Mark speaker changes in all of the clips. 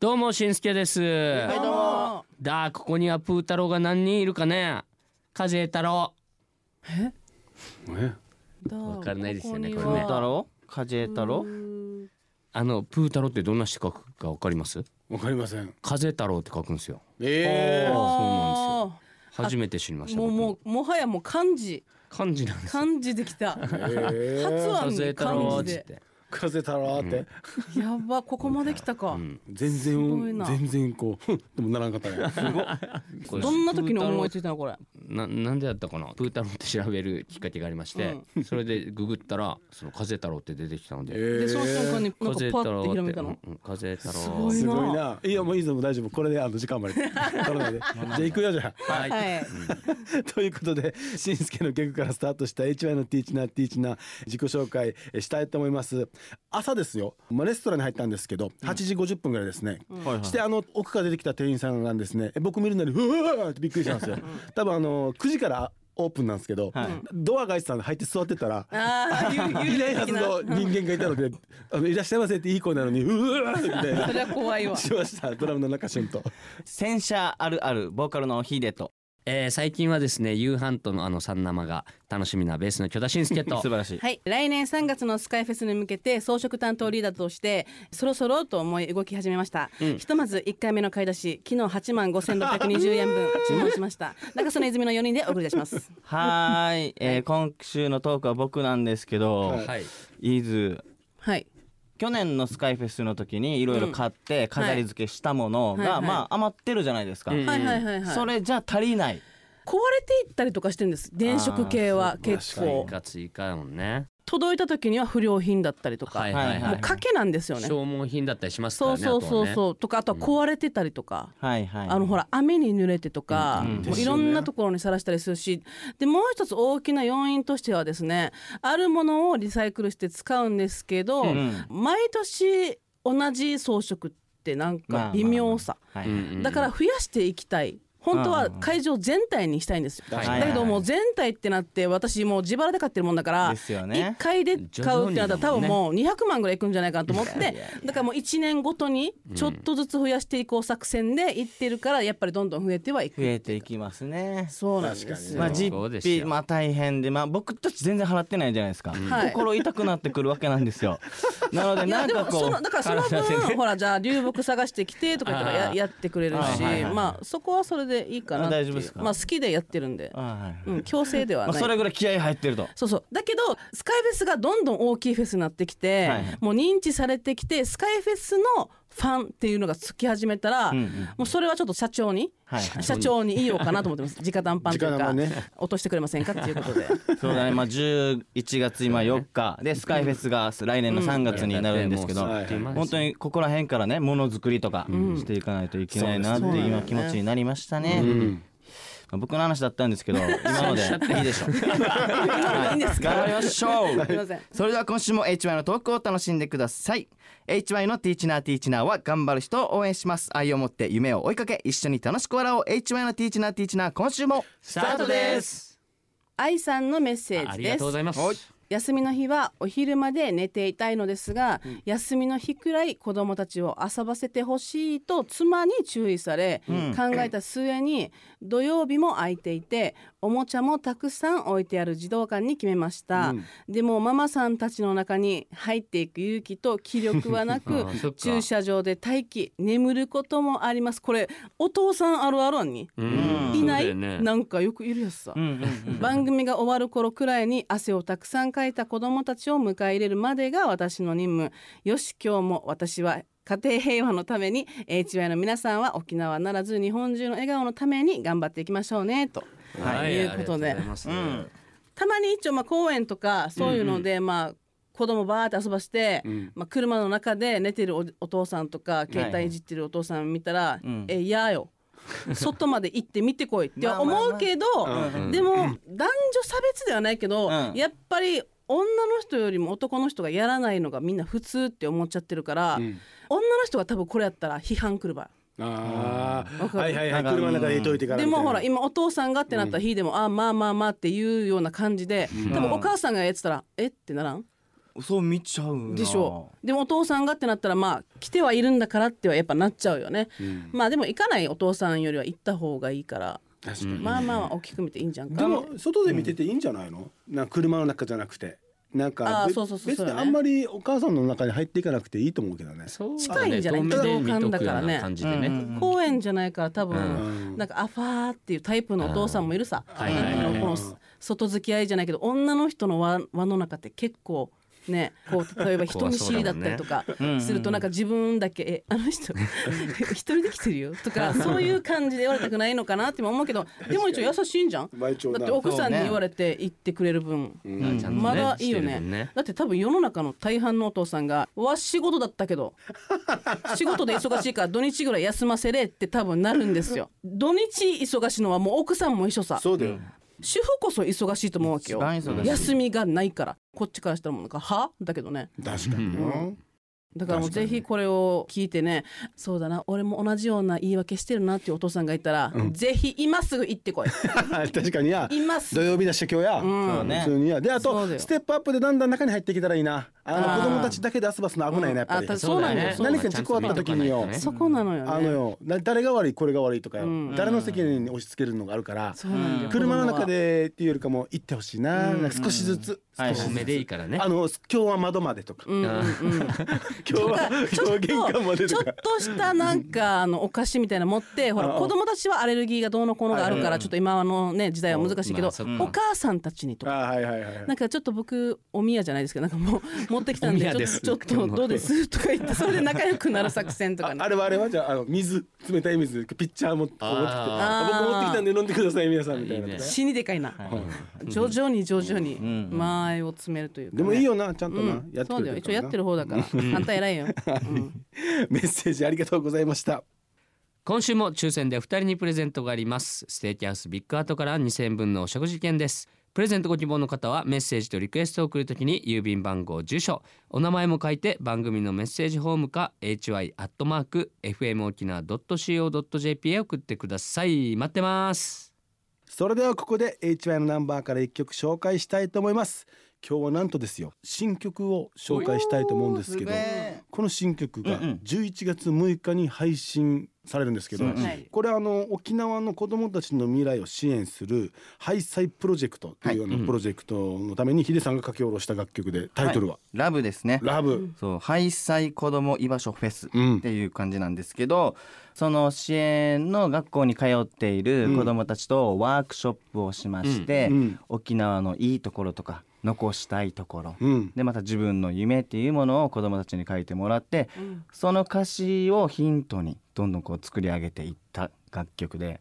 Speaker 1: どうもしんすけです
Speaker 2: はいどうも
Speaker 1: だあここにはプー太郎が何人いるかね風太郎
Speaker 3: え
Speaker 1: わかんないですよね
Speaker 2: プ
Speaker 1: これね
Speaker 2: ー太郎カジエ太郎
Speaker 1: あのプー太郎ってどんな字書くかわかります
Speaker 3: わかりません。
Speaker 1: 風太郎って書くんですよ
Speaker 3: え
Speaker 1: そう
Speaker 3: え
Speaker 1: なんですよ初めて知りました
Speaker 4: もうもうもはやもう漢字
Speaker 1: 僕漢字なんです
Speaker 4: 漢字できた
Speaker 3: え
Speaker 4: 発音
Speaker 1: 風
Speaker 4: の
Speaker 1: 太郎
Speaker 4: 漢
Speaker 1: っ
Speaker 4: 字
Speaker 1: つっ
Speaker 4: で
Speaker 1: て
Speaker 3: 風太郎って、
Speaker 4: やばここまで来たか、
Speaker 3: 全
Speaker 4: ごい
Speaker 3: 然
Speaker 4: な
Speaker 3: 全然こうふんでもならんかったね。
Speaker 1: これ
Speaker 4: どんな時に思いついたのこれ
Speaker 1: ななんでだったかなプー太郎って調べるきっかけがありまして、それでググったらその風太郎って出てきたので、
Speaker 3: え
Speaker 4: でその瞬間になんか
Speaker 1: 風
Speaker 4: パ
Speaker 1: 太
Speaker 4: ッ
Speaker 1: 郎
Speaker 4: て
Speaker 1: っ
Speaker 4: ひ
Speaker 1: て
Speaker 4: らめいたの
Speaker 1: うんうん風太郎
Speaker 4: すごい
Speaker 3: すごいな。いやもういいぞもう大丈夫。これであの時間まで。取らない で。じゃあ行くよじゃあ。
Speaker 1: はい、
Speaker 4: はい
Speaker 3: ということで、しんすけの曲からスタートした HY のティーチナーティーチナー自己紹介えしたいと思います。朝ですよ、まあ、レストランに入ったんですけど、8時50分ぐらいですね。して、あの、奥から出てきた店員さんがですね、え僕見るなり、うわーってびっくりしたんですよ。 多分あの、9時からオープンなんですけど、ドアが開いてたんで入って座ってたら、
Speaker 4: ああゆゆ
Speaker 3: いないはずの人間がいたので、あのいらっしゃいませっていい声なのに、うわーみたい
Speaker 4: そ
Speaker 3: な。
Speaker 4: れは怖いわ
Speaker 3: しました。ドラムの中旬と。
Speaker 2: 戦車あるあるボーカルのヒデと
Speaker 1: えー最近はですね夕飯とのあの三生が楽しみなベースの巨田信介と
Speaker 2: 素晴らしい
Speaker 4: はい来年3月のスカイフェスに向けて装飾担当リーダーとしてそろそろと思い動き始めました、ひとまず1回目の買い出し昨日8万5620円分注文しました中曽根泉の4人でお送り出します
Speaker 2: はーい、えー、今週のトークは僕なんですけど、
Speaker 1: はい
Speaker 2: い、伊豆
Speaker 4: はい
Speaker 2: 去年のスカイフェスの時にいろいろ買って飾り付けしたものが、
Speaker 4: はいはい
Speaker 2: まあ余ってるじゃないですか、
Speaker 1: うん
Speaker 4: はいはいはいはい
Speaker 2: それじゃ足りない
Speaker 4: 壊れていったりとかしてるんです電飾系は結構
Speaker 1: 追加追加だもんね
Speaker 4: 届いた時には不良品だったりとか、
Speaker 1: はいはいはい、
Speaker 2: も
Speaker 4: もう賭けなんですよね
Speaker 1: 消耗品だったりしますか
Speaker 4: そ
Speaker 1: ら
Speaker 4: う
Speaker 1: ね
Speaker 4: そ
Speaker 1: あとは
Speaker 4: うそう
Speaker 1: ね
Speaker 4: そうとかあとは壊れてたりとか、
Speaker 2: はいはい
Speaker 4: あのほら雨に濡れてとか、
Speaker 2: うん
Speaker 4: もういろんなところにさらしたりするしでもう一つ大きな要因としてはですねあるものをリサイクルして使うんですけど、
Speaker 2: ん
Speaker 4: 毎年同じ装飾ってなん
Speaker 2: まあ
Speaker 4: か微妙さ、
Speaker 2: まあまあ
Speaker 1: う
Speaker 2: は
Speaker 1: ん
Speaker 2: い
Speaker 1: うんうん
Speaker 4: だから増やしていきたい本当は会場全体にしたいんですよ、
Speaker 2: はい
Speaker 4: だけどもう全体ってなって私もう自腹で買ってるもんだから
Speaker 2: ですよね
Speaker 4: 1回で買うってなった
Speaker 1: 徐々
Speaker 4: ら多
Speaker 1: にだもんね
Speaker 4: 分もう200万ぐらいいくんじゃないかなと思ってだからもう1年ごとにちょっとずつ増やしていこう作戦でいってるからやっぱりどんどん増えてはいく
Speaker 2: 増えていきますね
Speaker 4: そうなんですよ
Speaker 2: まあ、
Speaker 1: そう
Speaker 2: 実
Speaker 1: です
Speaker 2: 費
Speaker 1: よ
Speaker 2: まあ大変で、まあ、僕たち全然払ってないじゃないですか、
Speaker 4: はい
Speaker 2: 心痛くなってくるわけなんです よなので
Speaker 4: い
Speaker 2: な
Speaker 4: や
Speaker 2: ん
Speaker 4: で
Speaker 2: か
Speaker 4: もそ
Speaker 2: こ
Speaker 4: のだからその分 ほらじゃあ流木探してきてとか言ったらややってくれるし、
Speaker 2: はいはいはい
Speaker 4: まあそこはそれでいいかなっていう
Speaker 2: あ大丈夫ですか
Speaker 4: まあ好きでやってるんで
Speaker 2: う、、はいはい
Speaker 4: うん、強制では
Speaker 2: まあ、
Speaker 4: ない
Speaker 2: それぐらい気合入ってると
Speaker 4: そうそうだけどスカイフェスがどんどん大きいフェスになってきて、
Speaker 2: はい
Speaker 4: もう認知されてきてスカイフェスのファンっていうのがつき始めたら、
Speaker 2: んうん
Speaker 4: もうそれはちょっと社長に、
Speaker 2: はいはい
Speaker 4: 社長に言いようかなと思ってます直談判という
Speaker 3: 直
Speaker 4: か、
Speaker 3: 談判ね
Speaker 4: 落としてくれませんかっていうこと で
Speaker 2: そうだね、 まあ、11月今4日でスカイフェスが来年の3月になるんですけど、
Speaker 1: もう
Speaker 3: は
Speaker 1: あ
Speaker 3: い
Speaker 1: っという間です
Speaker 2: 本当にここら辺からねものづくりとかしていかないといけないなっていう今気持ちになりましたね。まあ僕の話だったんですけど今のでいいでし ょう。
Speaker 4: いいんですか
Speaker 2: 頑張りましょ
Speaker 4: すいません
Speaker 2: う。それでは今週も HY のトークを楽しんでください。HY のティーチナーティーチナーは頑張る人を応援します。愛を持って夢を追いかけ一緒に楽しく笑おう。HY のティーチナーティーチナー今週もス
Speaker 1: スタートです
Speaker 4: 愛さんのメッセー
Speaker 1: あ
Speaker 4: ジ
Speaker 1: りが
Speaker 4: で
Speaker 1: とうご
Speaker 4: す
Speaker 1: ざいます
Speaker 4: 休みの日はお昼まで寝ていたいのですが、休みの日くらい子供たちを遊ばせてほしいと妻に注意され、考えた末に土曜日も空いていておもちゃもたくさん置いてある児童館に決めました、でもママさんたちの中に入っていく勇気と気力はな
Speaker 1: あ
Speaker 4: く
Speaker 1: ーそっか
Speaker 4: 駐車場で待機眠ることもありますこれお父さんあるあるあんに、
Speaker 1: うん
Speaker 4: いな
Speaker 1: そうだ
Speaker 4: い、
Speaker 1: よね
Speaker 4: なんかよくいるやつさ、番組が終わる頃くらいに汗をたくさんかいた子どもたちを迎え入れるまでが私の任務よし今日も私は家庭平和のために HY の皆さんは沖縄ならず日本中の笑顔のために頑張っていきましょうねと、、
Speaker 1: はい
Speaker 4: うこと
Speaker 1: あり
Speaker 4: で
Speaker 1: がうございます
Speaker 4: たまに一応まあ公園とかそういうのでまあ子供バーって遊ばして、まあ、車の中で寝てるおお父さんとか携帯いじってるお父さん見たら「
Speaker 2: ん
Speaker 4: えやよ外まで行って見てこい」っては
Speaker 2: まあまあまあ
Speaker 4: 思うけど、でも男女差別ではないけど、
Speaker 2: うん
Speaker 4: やっぱり女の人よりも男の人がやらないのがみんな普通って思っちゃってるから、女の人が多分これやったら批判来るば
Speaker 3: あ
Speaker 4: わ
Speaker 3: あ、
Speaker 4: かる
Speaker 3: はいはいは、
Speaker 2: ないんか
Speaker 3: 車の中で入れといてから
Speaker 4: で
Speaker 3: みた
Speaker 4: も
Speaker 3: いな。
Speaker 4: ほら今お父さんがってなった日でも、あまあまあまあっていうような感じで、多分お母さんがやってたらえってならん
Speaker 2: そう見ちゃうな
Speaker 4: でしょうでもお父さんがってなったらまあ来てはいるんだからってはやっぱなっちゃうよね、
Speaker 3: うん
Speaker 4: まあでも行かないお父さんよりは行った方がいいから、
Speaker 3: 確かに
Speaker 4: まあまあ大きく見ていいんじゃんか
Speaker 3: でも外で見てていいんじゃないの、なんか車の中じゃなくてなんか
Speaker 4: あー
Speaker 3: べ
Speaker 4: そうそうそう
Speaker 3: 別
Speaker 4: そう
Speaker 3: に
Speaker 4: だね
Speaker 3: あんまりお母さんの中に入っていかなくていいと思うけどね。
Speaker 1: そう
Speaker 4: 近いんじゃない
Speaker 1: 遠目で見とくよう
Speaker 4: 同感だからね
Speaker 1: な感じでね、
Speaker 2: うんうん
Speaker 4: 公園じゃないから多分、
Speaker 3: うん
Speaker 4: なんかアファーっていうタイプのお父さんもいるさ、
Speaker 1: うんはいはいはい
Speaker 4: あのこの外付き合いじゃないけど女の人の輪輪の中って結構ねこう例えば人見知りだったりとか
Speaker 2: んね
Speaker 4: するとなんか自分だけ「えあの人 一人で来てるよ」とかそういう感じで言われたくないのかなって今思うけどでも一応優しいんじゃん
Speaker 3: 毎朝な
Speaker 4: だって奥さんに言われて言ってくれる分。
Speaker 3: うん
Speaker 1: うんちゃんとね
Speaker 4: まだいいよ
Speaker 1: してるもん
Speaker 4: ねだって多分世の中の大半のお父さんが「わ仕事だったけど 仕事で忙しいから土日ぐらい休ませれ」って多分なるんですよ土日忙しいのはもう奥さんも一緒さ
Speaker 3: そうだよ。
Speaker 4: 主婦こそ忙しいと思うわけよ
Speaker 2: 一番忙しい
Speaker 4: 休みがないからこっちからしたらもうなんか「は?」だけどね
Speaker 3: 確かにな。
Speaker 4: だからもう
Speaker 3: 確かに
Speaker 4: ぜひこれを聞いてねそうだな俺も同じような言い訳してるなっていうお父さんがいたら、ぜひ今すぐ行ってこい
Speaker 3: 確かにや。
Speaker 4: 今す
Speaker 3: 土
Speaker 4: ぐ
Speaker 3: 曜日だし今日や。
Speaker 4: ん
Speaker 3: うん普通にや。であ
Speaker 4: そうだ
Speaker 3: と
Speaker 4: よ
Speaker 3: ステップアップでだんだん中に入ってきたらいいな。あ
Speaker 4: あ
Speaker 3: の
Speaker 4: ー
Speaker 3: 子供たちだけで遊ばすの危ないなやっぱり
Speaker 4: うんあ。
Speaker 1: そうだよね
Speaker 4: そうな
Speaker 3: のよ何か事故あった時によ
Speaker 1: ちゃんと見とかないとね
Speaker 4: そこなのよね
Speaker 3: あのよな誰が悪いこれが悪いとかよ、
Speaker 4: うん
Speaker 3: 誰の責任に押し付けるのがあるから
Speaker 4: そうなんだよ
Speaker 3: 車の
Speaker 4: 子供は
Speaker 3: 中でっていうよりかも行ってほしいな,、
Speaker 4: うん
Speaker 3: なんか少しずつ、
Speaker 2: はい
Speaker 3: 少し
Speaker 1: 遠
Speaker 3: ず
Speaker 1: 目
Speaker 3: つ、
Speaker 1: でいいからね
Speaker 3: あの今日は窓までと か、
Speaker 4: うんうんうん
Speaker 3: 今日は
Speaker 4: ち
Speaker 3: 今
Speaker 4: ょっと
Speaker 3: 日玄関まで
Speaker 4: ち
Speaker 3: と
Speaker 4: ょっ
Speaker 3: か
Speaker 4: としたなんかあのお菓子みたいなの持ってほら
Speaker 3: ああ
Speaker 4: 子供たちはアレルギーがどうのこうのがあるからちょっと今のね時代は難しいけ
Speaker 1: ま
Speaker 4: ど
Speaker 1: あそっか
Speaker 4: お母さんたちにと
Speaker 3: あ
Speaker 4: か。
Speaker 3: はいはいはいはい
Speaker 4: なんかちょっと僕お宮じゃないですけどなんかもう持ってきた
Speaker 1: お
Speaker 4: んで
Speaker 1: 宮
Speaker 4: ちょ
Speaker 1: です
Speaker 4: ちょっとどうですとか言ってそれで仲良くなる作戦とか
Speaker 3: あ
Speaker 4: ね
Speaker 3: あれはあれはじゃああの水冷たい水ピッチャー持って持ってきて
Speaker 1: あ
Speaker 4: ー
Speaker 3: 僕持ってきたんで飲んでください皆さんみたいなとか
Speaker 1: いいね
Speaker 4: 死にでかいな徐々に徐々に間合いを詰めるというかね
Speaker 3: でもいいよなちゃんと
Speaker 4: う
Speaker 3: な、
Speaker 4: ん
Speaker 3: やって
Speaker 4: そう
Speaker 3: く
Speaker 4: だよ
Speaker 3: れ
Speaker 4: 一応やって
Speaker 3: る
Speaker 4: る方だから反対偉い ようん
Speaker 3: からなメッセージありがとうございました
Speaker 1: 今週も抽選で2人にプレゼントがありますステーキハウスビッグアートから2000円分のお食事券ですプレゼントご希望の方はメッセージとリクエストを送るときに郵便番号住所お名前も書いて番組のメッセージホームか hy.fmokina.co.jp へ送ってください待ってます
Speaker 3: それではここで HY のナンバーから一曲紹介したいと思います今日はなんとですよ新曲を紹介したいと思うんですけど
Speaker 2: おーすごい
Speaker 3: この新曲が
Speaker 2: うんうん
Speaker 3: 11月6日に配信されるんですけど、
Speaker 2: うんうん
Speaker 4: はい
Speaker 3: これあの沖縄の子どもたちの未来を支援するハイサイプロジェクトというようなプロジェクトのためにヒデさんが書き下ろした楽曲でタイトルは「
Speaker 2: ラブですね
Speaker 3: ラブ」
Speaker 2: そう廃災子ども居場所フェス
Speaker 3: うん
Speaker 2: っていう感じなんですけどその支援の学校に通っている子どもたちとワークショップをしまして、
Speaker 3: うんうん
Speaker 2: 沖縄のいいところとか残したいところ、
Speaker 3: うん
Speaker 2: でまた自分の夢っていうものを子どもたちに書いてもらって、その歌詞をヒントにどんどんこう作り上げていった楽曲で、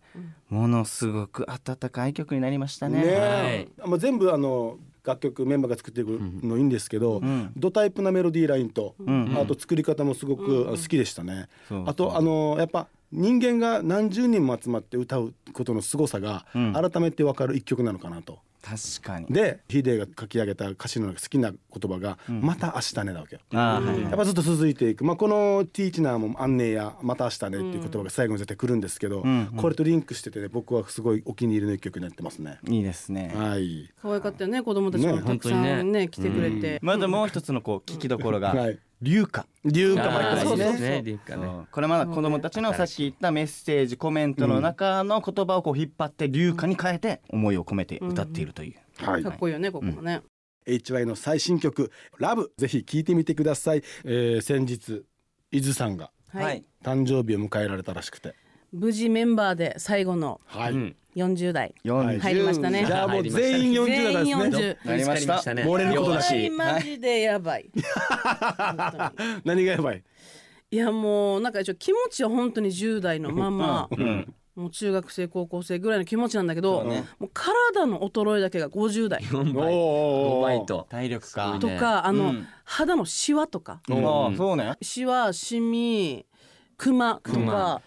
Speaker 2: ものすごく温かい曲になりましたね。
Speaker 3: ねえ、まあ、全部あの楽曲メンバーが作っていくのいいんですけど、
Speaker 2: ん
Speaker 3: ドタイプなメロディーラインと、
Speaker 2: ん
Speaker 3: あと作り方もすごくあ好きでしたね。
Speaker 2: そうそう
Speaker 3: あとあのやっぱ人間が何十人も集まって歌うことの凄さが
Speaker 2: うん
Speaker 3: 改めて分かる一曲なのかなと。
Speaker 2: 確かに
Speaker 3: でヒデが書き上げた歌詞の中好きな言葉が「また明日ね」だわけよ。
Speaker 2: あーはい
Speaker 3: やっぱずっと続いていく、まあ、この「ティーチナーも「あんねや」「また明日ね」っていう言葉が最後に出てくるんですけど、
Speaker 2: ん
Speaker 3: これとリンクしててね僕はすごいお気に入りの一曲になってますね。
Speaker 2: いいですね。
Speaker 3: はい
Speaker 4: 可愛かったよね子供たちも
Speaker 3: ね
Speaker 4: たくさ
Speaker 1: 本当
Speaker 4: ん
Speaker 1: に
Speaker 4: ね来てくれて
Speaker 2: まだもう一つのこう聞きどころが
Speaker 3: はい
Speaker 2: 流歌。
Speaker 3: 流歌も
Speaker 1: あー
Speaker 3: 入って
Speaker 1: いい
Speaker 3: ます
Speaker 1: で
Speaker 3: ね
Speaker 1: す。ねリカね
Speaker 2: そうこれまだ子どもたちのさっき言ったメッセージコメントの中の言葉をこう引っ張って流歌に変えて思いを込めて歌っているという。
Speaker 3: はい
Speaker 4: かっこいいよねここもね
Speaker 3: HY の最新曲「ラブぜひ聴いてみてください、えー先日伊豆さんが
Speaker 4: はい
Speaker 3: 誕生日を迎えられたらしくて
Speaker 4: 無事メンバーで最後の
Speaker 3: はい、
Speaker 1: うん
Speaker 4: 40代
Speaker 2: 40
Speaker 4: 入りましたね
Speaker 3: じゃあもう全員40代
Speaker 4: 全員
Speaker 3: なんですね
Speaker 4: 40
Speaker 2: なりました
Speaker 1: ね
Speaker 3: 漏れることな
Speaker 4: こ
Speaker 3: し
Speaker 4: れマジでやばい本当に
Speaker 3: 何がやばい
Speaker 4: いやもうなんか一応気持ちは本当に10代のままもう中学生高校生ぐらいの気持ちなんだけど、もう体の衰えだけが50代
Speaker 1: 4
Speaker 3: お
Speaker 1: 倍
Speaker 3: お
Speaker 1: 5
Speaker 3: ー
Speaker 1: 倍と
Speaker 2: 体力か。
Speaker 4: とかあの、
Speaker 2: うん
Speaker 4: 肌のシワとか
Speaker 2: あーそうね。
Speaker 4: シワシミクマとか
Speaker 1: マ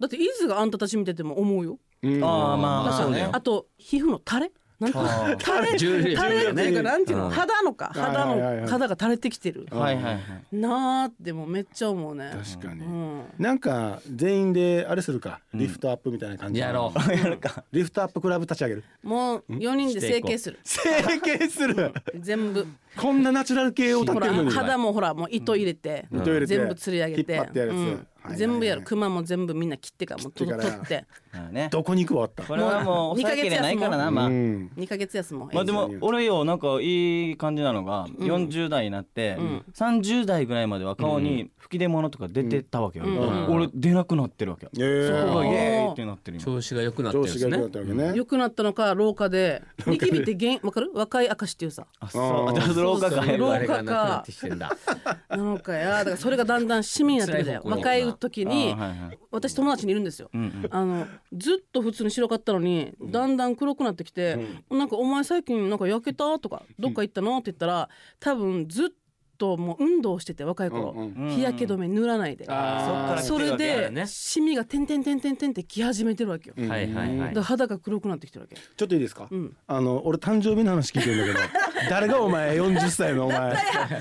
Speaker 4: だって伊豆があんたたち見てても思うよ
Speaker 3: うん
Speaker 2: ああまあ
Speaker 1: まあそうだよ
Speaker 4: あと皮膚の垂れなんか
Speaker 2: あー
Speaker 4: 垂れ
Speaker 1: 重量
Speaker 4: 垂れっていう
Speaker 3: 重量ね
Speaker 4: かなんていう
Speaker 1: う
Speaker 4: の
Speaker 1: ん
Speaker 4: 肌のか肌
Speaker 3: はいはいはいは
Speaker 4: の
Speaker 3: い
Speaker 4: 肌が垂れてきてる
Speaker 2: はいはいはい。
Speaker 4: なーってもうめっちゃ思うね
Speaker 3: 確かに、
Speaker 4: うん
Speaker 3: なんか全員であれするかリフトアップみたいな感じ、
Speaker 1: やろう
Speaker 3: リフトアップクラブ立ち上げる
Speaker 4: もう4人で整形する
Speaker 3: 整形する
Speaker 4: 全部
Speaker 3: こんなナチュラル系を立っ
Speaker 4: ほ
Speaker 3: てるの
Speaker 4: ら
Speaker 3: に
Speaker 4: 肌もほらもう糸入れて
Speaker 3: うん糸入れて
Speaker 4: 全部釣り上げて
Speaker 3: 引っ張ってやるやつ
Speaker 4: うん
Speaker 3: はいはいはい
Speaker 4: 全部やるクマも全部みんな切ってからもう
Speaker 3: 切
Speaker 4: 取
Speaker 3: って
Speaker 4: っ
Speaker 3: から
Speaker 4: て
Speaker 2: まあね。
Speaker 3: どこに行くわあった
Speaker 2: これはもう
Speaker 4: もう
Speaker 2: 抑えきれないからな、
Speaker 4: 二
Speaker 2: まあ
Speaker 3: う。ん
Speaker 4: 2ヶ月休もう
Speaker 2: まあでも俺よなんかいい感じなのが、40代になって、
Speaker 4: ん
Speaker 2: 30代ぐらいまでは顔に吹き出物とか出てたわけよ、
Speaker 4: ん
Speaker 3: うん
Speaker 2: 俺出なくなってるわけよ、
Speaker 3: ええ
Speaker 2: そこがイエーイってなってる今
Speaker 1: 調子が良くなってるん
Speaker 3: 上
Speaker 1: で
Speaker 3: 司
Speaker 1: す
Speaker 3: が良
Speaker 1: ね
Speaker 3: くなったわけね
Speaker 4: 良くなったのか廊下でニキビって原因わかる若い証っていうさ
Speaker 2: あそう
Speaker 3: あー
Speaker 2: じゃあ廊下か
Speaker 1: そういう
Speaker 4: 廊
Speaker 1: あ
Speaker 4: 下
Speaker 1: れがな
Speaker 4: か
Speaker 1: くなってきてんだ
Speaker 4: なのかやだからそれがだんだん市民になってくるじゃ
Speaker 1: 辛い
Speaker 4: ん
Speaker 1: 方向
Speaker 4: 若い時に
Speaker 2: あーはいはい
Speaker 4: 私友達にいるんですよ
Speaker 2: うんうん
Speaker 4: あのずっと普通に白かったのにだんだん黒くなってきて「なんかお前最近なんか焼けた?」とか「どっか行ったの?」って言ったら多分ずっともう運動してて若い頃
Speaker 3: うん
Speaker 2: うん
Speaker 4: 日焼け止め塗らないで
Speaker 1: あ
Speaker 2: ー
Speaker 4: それでシミがてんてんてんてんてんってき始めてるわけよ
Speaker 3: うん
Speaker 1: はいはいは
Speaker 4: だ
Speaker 1: い
Speaker 4: から肌が黒くなってきてるわけ
Speaker 3: ちょっといいですか、
Speaker 4: うん
Speaker 3: あの俺誕生日の話聞いてるんだけど誰がお前40歳のお前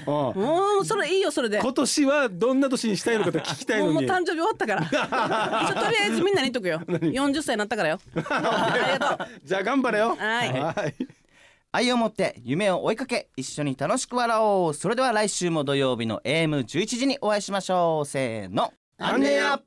Speaker 3: うん
Speaker 4: もうそれいいよそれでも
Speaker 3: 今年はどんな年にしたいのかと聞きたいう
Speaker 4: も
Speaker 3: の
Speaker 4: う
Speaker 3: に
Speaker 4: 誕生日終わったから一応とりあえずみんなに言っとくよ40歳になったからよありがとう
Speaker 3: じゃあ頑張れよ
Speaker 4: はい
Speaker 3: はい
Speaker 2: 愛を持って夢を追いかけ一緒に楽しく笑おうそれでは来週も土曜日の AM11 時にお会いしましょうせーの
Speaker 3: アンネア